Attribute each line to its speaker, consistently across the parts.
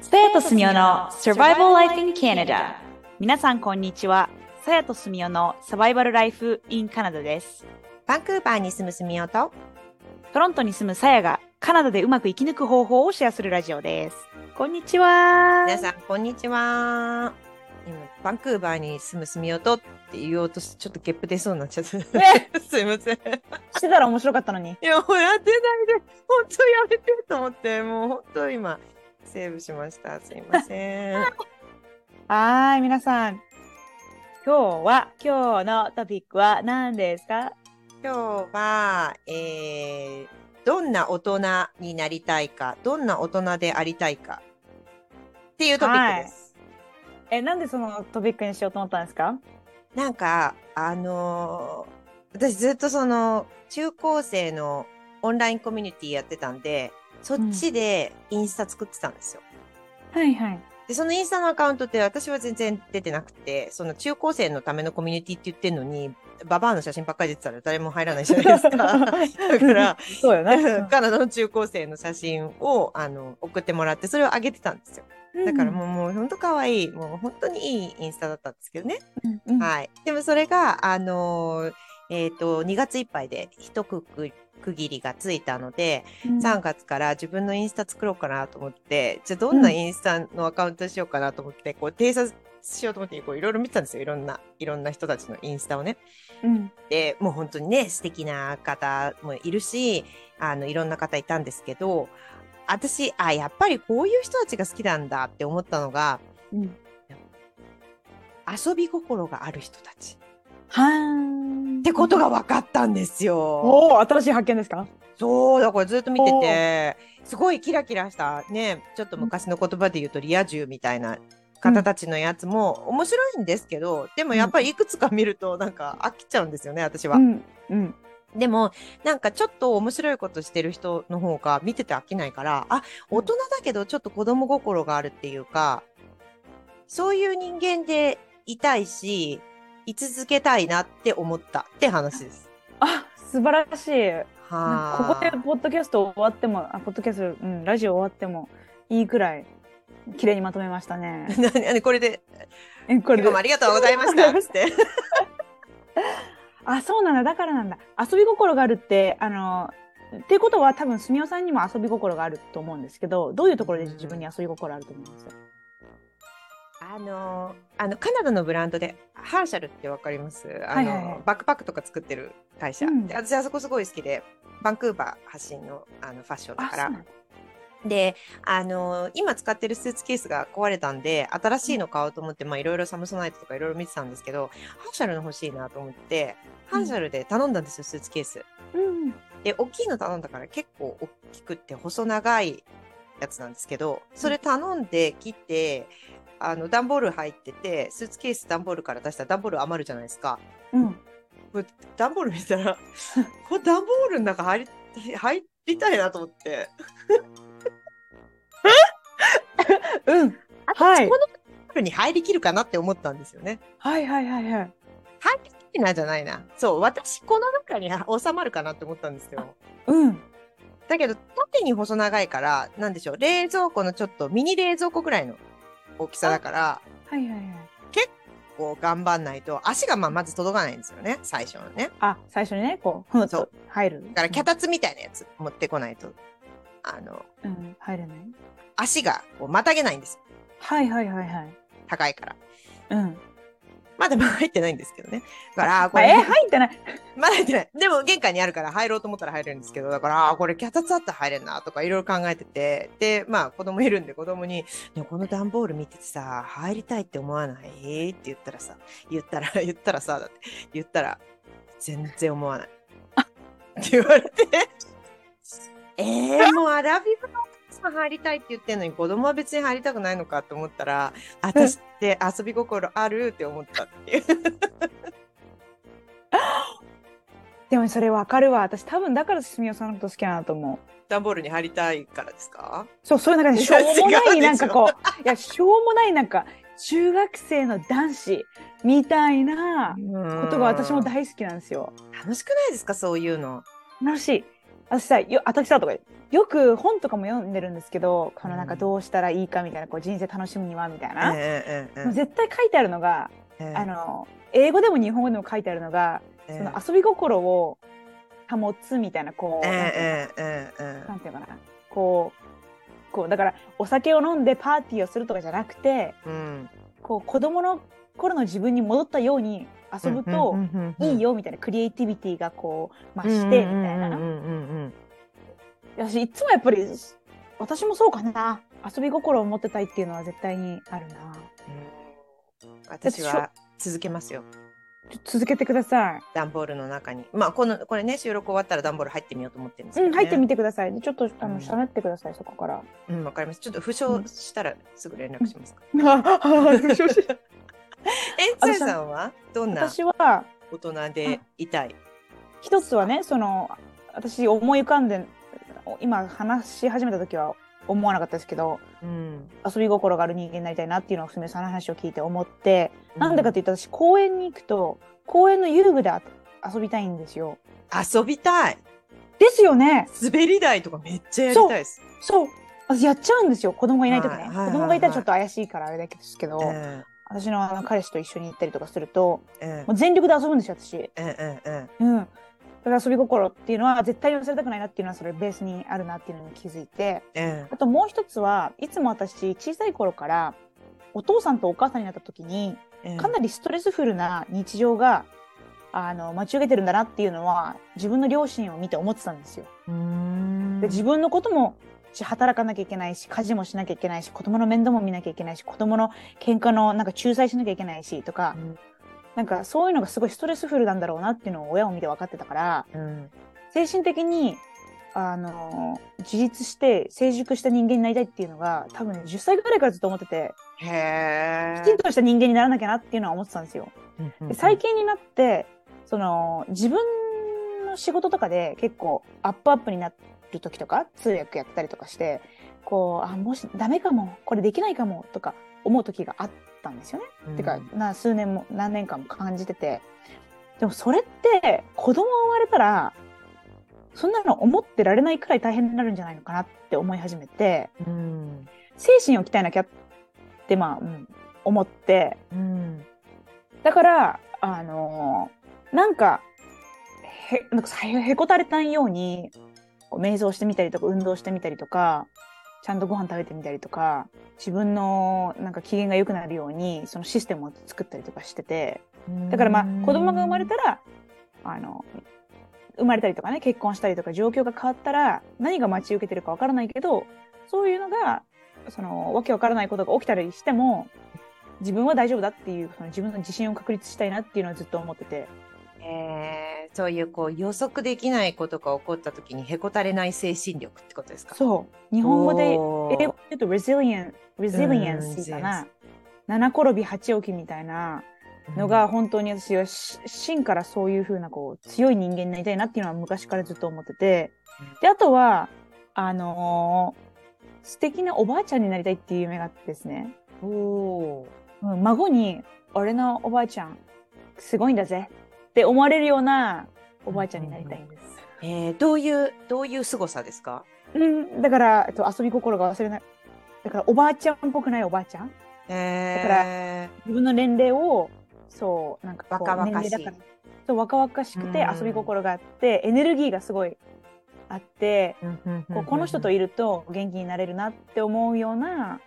Speaker 1: スペアとスミオの Survival Life in Canada 皆さんこんにちはさやとすみおのサバイバルライフ in カナダです
Speaker 2: バンクーバーに住む住みおと、
Speaker 1: トロントに住むさやがカナダでうまく生き抜く方法をシェアするラジオですこんにちは
Speaker 2: 皆さん、こんにちは。今、バンクーバーに住む住みおとって言おうとして、ちょっとゲップ出そうになっちゃった。
Speaker 1: え
Speaker 2: すいません。
Speaker 1: してたら面白かったのに
Speaker 2: いや、もうやってないで、本当やめてと思って、もう本当今、セーブしました。すいません。
Speaker 1: はーい皆さん今日は今日のトピックは何ですか
Speaker 2: 今日は、えー、どんな大人になりたいか、どんな大人でありたいかっていうトピックです。
Speaker 1: えなんでそのトピックにしようと思ったんですか
Speaker 2: なんか、あのー私ずっとその中高生のオンラインコミュニティやってたんで、そっちでインスタ作ってたんですよ。
Speaker 1: はいはい
Speaker 2: で、そのインスタのアカウントって私は全然出てなくて、その中高生のためのコミュニティって言ってんのに、ババアの写真ばっかり出てたら誰も入らないじゃないですか。
Speaker 1: だ
Speaker 2: から、
Speaker 1: そうよね。
Speaker 2: カナダの中高生の写真をあの送ってもらって、それを上げてたんですよ。だからもう、もう本当可愛い、もう本当にいいインスタだったんですけどね。
Speaker 1: うん、うん
Speaker 2: はい。でもそれが、あのーえっ、と、2月いっぱいで一区区区切りがついたので、
Speaker 1: うん
Speaker 2: 3月から自分のインスタ作ろうかなと思って、じゃあどんなインスタのアカウントしようかなと思って、こう、偵察しようと思って、こう、いろいろ見てたんですよ。いろんな、いろんな人たちのインスタをね。
Speaker 1: うん
Speaker 2: で、もう本当にね、素敵な方もいるし、あの、いろんな方いたんですけど、私、あ、やっぱりこういう人たちが好きなんだって思ったのが、
Speaker 1: うん
Speaker 2: 遊び心がある人たち。
Speaker 1: はーん。っ
Speaker 2: ってことが分かったんですよ。
Speaker 1: おお、新しい発見ですか
Speaker 2: そうだこれずっと見ててすごいキラキラしたねちょっと昔の言葉で言うとリア充みたいな方たちのやつも面白いんですけど、でもやっぱりいくつか見るとなんか飽きちゃうんですよね私は、
Speaker 1: ん。うん。
Speaker 2: でもなんかちょっと面白いことしてる人の方が見てて飽きないからあ大人だけどちょっと子供心があるっていうかそういう人間でいたいしい続けたいなって思ったって話です。
Speaker 1: あ、素晴らしい。なんかこ
Speaker 2: は
Speaker 1: こ でポッドキャスト終わっても、あ、ポッドキャスト、うん、ラジオ終わってもいいくらい、綺麗にまとめました ね。
Speaker 2: ななこれで、
Speaker 1: えこれ
Speaker 2: 今日
Speaker 1: で
Speaker 2: もあ。りがとうございました。つって。
Speaker 1: あ、そうなんだ。だからなんだ。遊び心があるって、あの、っていうことは多分、すみおさんにも遊び心があると思うんですけど、どういうところで自分に遊び心あると思います
Speaker 2: あの、あの、カナダのブランドで、ハーシャルってわかりますあの、
Speaker 1: はいはいはい
Speaker 2: バックパックとか作ってる会社。
Speaker 1: うん
Speaker 2: で私あそこすごい好きで、バンクーバー発信のあのファッションだ
Speaker 1: あ、
Speaker 2: か
Speaker 1: そう
Speaker 2: ら
Speaker 1: な。んだ
Speaker 2: で、あの、今使ってるスーツケースが壊れたんで、新しいの買おうと思って、まあいろいろサムソナイトとかいろいろ見てたんですけど、ハーシャルの欲しいなと思って、ハーシャルで頼んだんですよ、スーツケース。
Speaker 1: うん。
Speaker 2: で大きいの頼んだから結構大きくって細長いやつなんですけどそれ頼んで切ってあの段ボール入っててスーツケース段ボールから出したら段ボール余るじゃないですか
Speaker 1: うん。
Speaker 2: これ段ボール見た らこれ段ボールの中入り入りたいなと思って
Speaker 1: うん。は
Speaker 2: はい
Speaker 1: い
Speaker 2: こ。の段ボールに入りきるかなって思ったんですよね
Speaker 1: はいはいはいはい。
Speaker 2: 入りきるなじゃないなそう私この中に収まるかなって思ったんですよ
Speaker 1: うん。
Speaker 2: だけど縦に細長いからなんでしょう冷蔵庫のちょっとミニ冷蔵庫ぐらいの大きさだから
Speaker 1: はいはいはい。
Speaker 2: こう頑張んないと足がまあまず届かないんですよね最初のね
Speaker 1: あ、最初にね、こう、ふん
Speaker 2: そ
Speaker 1: と
Speaker 2: う
Speaker 1: 入る。
Speaker 2: だから脚立みたいなやつ持ってこないとあの
Speaker 1: うん、入れない。
Speaker 2: 足がこうまたげないんです
Speaker 1: はいはいはいはい。
Speaker 2: 高いから
Speaker 1: うん。
Speaker 2: まだまだ入ってないんですけどねだからあーこ
Speaker 1: あ
Speaker 2: れ、
Speaker 1: え、入ってない。
Speaker 2: まだ入ってないでも玄関にあるから入ろうと思ったら入れるんですけどだからあーこれ脚立あったら入れんなとかいろいろ考えててでまあ子供いるんで子供に「ねこの段ボール見ててさ入りたいって思わない?」って言ったらさ言ったら 言ったらさだって言ったら「全然思わない」って言われて「 えー、もうアラビブのお父さん入りたいって言ってんのに子供は別に入りたくないのか」と思った ら「私って遊び心ある?」って思ったっていう。
Speaker 1: でもそれわかるわ。私多分だからすみおさんのこと好きだなと思う。
Speaker 2: 段ボールに入りたいからですか
Speaker 1: そう、そういう中でしょうもないい、
Speaker 2: や違
Speaker 1: な
Speaker 2: うで
Speaker 1: ん
Speaker 2: しょ
Speaker 1: かこう、いや、しょうもないなんか、中学生の男子みたいなことが私も
Speaker 2: 大
Speaker 1: 大好きなんですよ。
Speaker 2: 楽しくないですかそういうの
Speaker 1: 楽しい。私さ、よ、私さとか言う、よく本とかも読んでるんですけど、このなんか
Speaker 2: うん
Speaker 1: どうしたらいいかみたいな、こう人生楽しむにはみたいな。
Speaker 2: えええええ
Speaker 1: もう絶対書いてあるのが、
Speaker 2: えええ
Speaker 1: あの、英語でも日本語でも書いてあるのが、
Speaker 2: え
Speaker 1: その遊び心を保つみたいな、こう、
Speaker 2: ええ
Speaker 1: なんていうの
Speaker 2: えええ
Speaker 1: なんていうかなこうこうだからお酒を飲んでパーティーをするとかじゃなくて
Speaker 2: えうん
Speaker 1: こう子供の頃の自分に戻ったように遊ぶといい
Speaker 2: よ
Speaker 1: よみたいなクリエイティビティがこう増してみたいな私いつもやっぱり私もそうかな遊び心を持ってたいっていうのは絶対にあるな
Speaker 2: 私は続けますよ
Speaker 1: ちょ続けてくださ
Speaker 2: 段ボールの中にまあこのこれね収録終わったら段ボール入ってみようと思ってるんで
Speaker 1: い、
Speaker 2: すけど、
Speaker 1: うん
Speaker 2: ね、
Speaker 1: 入ってみてくださいちょっとあ
Speaker 2: う
Speaker 1: の
Speaker 2: ん
Speaker 1: 喋ってくださいそこから
Speaker 2: うんわかりますちょっと負傷したらすぐ連絡しますか、 えつやさんはどんな
Speaker 1: 私は
Speaker 2: 大人でいたい
Speaker 1: 一つはねその私思い浮かんで今話し始めた時は思わなかったですけど
Speaker 2: うん
Speaker 1: 遊び心がある人間になりたいなっていうのをすみれさんの話を聞いて思って、なんでかっていうと私公園に行くと公園の遊具であ遊びたいんですよ。
Speaker 2: 遊びたい
Speaker 1: ですよね
Speaker 2: 滑り台とかめっちゃやりたいです、
Speaker 1: そう私やっちゃうんですよ子供がいない時ね、
Speaker 2: はいはいはいはい
Speaker 1: 子供がいたらちょっと怪しいからあれだけですけど、
Speaker 2: え
Speaker 1: 私のあの彼氏と一緒に行ったりとかすると
Speaker 2: ええ
Speaker 1: もう全力で遊ぶんですよ私。
Speaker 2: ええええ
Speaker 1: うん、だから遊び心っていうのは絶対に忘れたくないなっていうのはそれベースにあるなっていうのに気づいて
Speaker 2: え
Speaker 1: あともう一つはいつも私小さい頃からお父さんとお母さんになった時に
Speaker 2: え
Speaker 1: かなりストレスフルな日常があの待ち受けてるんだなっていうのは自分の両親を見て思ってたんですよ。
Speaker 2: うーん
Speaker 1: で自分のことも働かなきゃいけないし家事もしなきゃいけないし子供の面倒も見なきゃいけないし子供の喧嘩のなんか仲裁しなきゃいけないしとか、
Speaker 2: うん
Speaker 1: なんかそういうのがすごいストレスフルなんだろうなっていうのを親を見て分かってたから
Speaker 2: うん
Speaker 1: 精神的にあの自立して成熟した人間になりたいっていうのが多分10歳ぐらいからずっと思ってて
Speaker 2: へえ
Speaker 1: きちんとした人間にならなきゃなっていうのは思ってたんですよ。で最
Speaker 2: 近
Speaker 1: 近になってその自分の仕事とかで結構アップアップになる時とか通訳やったりとかしてこうあもしダメかもこれできないかもとか思う時があったんですよね。てかな数年も何年間も感じててでもそれって子供生まれたらそんなの思ってられないくらい大変になるんじゃないのかなって思い始めて
Speaker 2: うん
Speaker 1: 精神を鍛えなきゃってまあ、うん、思って
Speaker 2: うん
Speaker 1: だから、あのーなんか、へ、なんかへへこたれたんように、こう瞑想してみたりとか、運動してみたりとか、ちゃんとご飯食べてみたりとか、自分のなんか機嫌が良くなるように、そのシステムを作ったりとかしてて、だからまあ、子供が生まれたら、あの、生まれたりとかね、結婚したりとか、状況が変わったら、何が待ち受けてるかわからないけど、そういうのが、その、わけわからないことが起きたりしても、自分は大丈夫だっていう、その自分の自信を確立したいなっていうのはずっと思ってて。
Speaker 2: えーそういうこう予測できないことが起こった時にへこたれない精神力ってことですか
Speaker 1: そう。日本語で、英
Speaker 2: お
Speaker 1: 語で
Speaker 2: ー
Speaker 1: 言うと resilient、resiliency かな。七転び八起きみたいなのが、本当に私はし芯からそういうふうなこう強い人間になりたいなっていうのは昔からずっと思ってて
Speaker 2: うん
Speaker 1: であとはあのー素敵なおばあちゃんになりたいっていう夢があってですね、
Speaker 2: うんおー
Speaker 1: うん、孫に「俺のおばあちゃんすごいんだぜ」って思われるようなおばあちゃんになりたいんです。
Speaker 2: えーどういうどういう凄さですか
Speaker 1: うん、だから、えっと、遊び心が忘れないだからおばあちゃんっぽくないおばあちゃん
Speaker 2: え
Speaker 1: だ
Speaker 2: ー、
Speaker 1: から自分の年齢をそうなんかこう
Speaker 2: 若々しい
Speaker 1: 年齢だからそう若々しくて
Speaker 2: うん
Speaker 1: 遊び心があって、エネルギーがすごいあって、こうこの人と
Speaker 2: い
Speaker 1: いると元気になれるなって思うような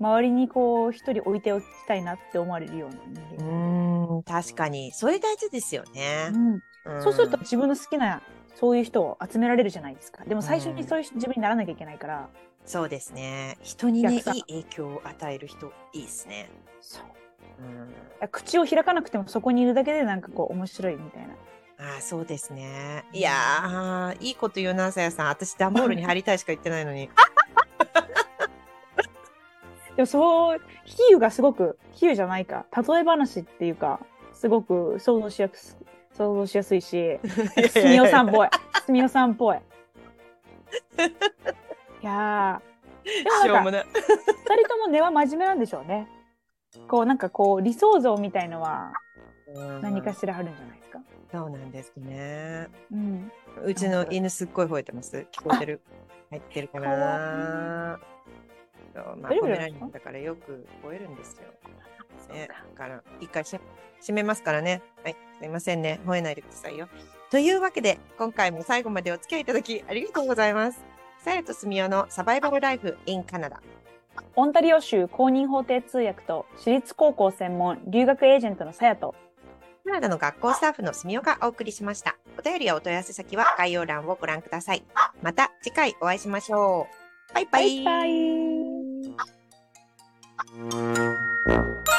Speaker 1: 周りにこう一人置いておきたいなって思われるような人
Speaker 2: う
Speaker 1: 間、
Speaker 2: ん確かにそれ大事ですよね、
Speaker 1: うん
Speaker 2: ん
Speaker 1: そうすると自分の好きなそういう人を集められるじゃないですかでも最初
Speaker 2: う
Speaker 1: に
Speaker 2: ん
Speaker 1: そういう自分にならなきゃいけないから、
Speaker 2: そうですね人にねいい
Speaker 1: 逆さ
Speaker 2: 影響を与える人いいですね
Speaker 1: そう
Speaker 2: うん
Speaker 1: 口を開かなくてもそこにいるだけでなんかこう面白いみたいな
Speaker 2: ああそうですね。いやーいいこと言うな、さやさん。私、段ボールに入りたいしか言ってない のに。
Speaker 1: でもそう比喩がすごく比喩じゃないか例え話っていうかすごく想像しやす想像しやすい しすみおさんっぽいすみおさんっぽいいやーで
Speaker 2: し
Speaker 1: も
Speaker 2: ょ
Speaker 1: な
Speaker 2: う
Speaker 1: んか
Speaker 2: もない。
Speaker 1: 二人とも根は真面目なんでしょうねこうなんかこう理想像みたいのは何かしらあるんじゃないですか、
Speaker 2: そうなんですね。
Speaker 1: うん。
Speaker 2: うちの犬すっごい吠えてます。聞こえてる。入ってるか
Speaker 1: かわ
Speaker 2: な。そうまあ、
Speaker 1: 大丈夫じ
Speaker 2: ポメ
Speaker 1: ゃな
Speaker 2: ラ
Speaker 1: いです
Speaker 2: ニ
Speaker 1: か
Speaker 2: アンだからよく吠えるんですよ。ね、
Speaker 1: そうか
Speaker 2: だから一回し閉めますからね。はい、すいませんね。吠えないでくださいよ。というわけで、今回も最後までお付き合いいただきありがとうございます。さやとすみおのサバイバルライフ in カナダ。
Speaker 1: オンタリオ州公認法廷通訳と私立高校専門留学エージェントのさやと
Speaker 2: カナダの学校スタッフのすみおがお送りしました。お便りやお問い合わせ先は概要欄をご覧ください。また次回お会いしましょう。バイバイ。
Speaker 1: バイバイ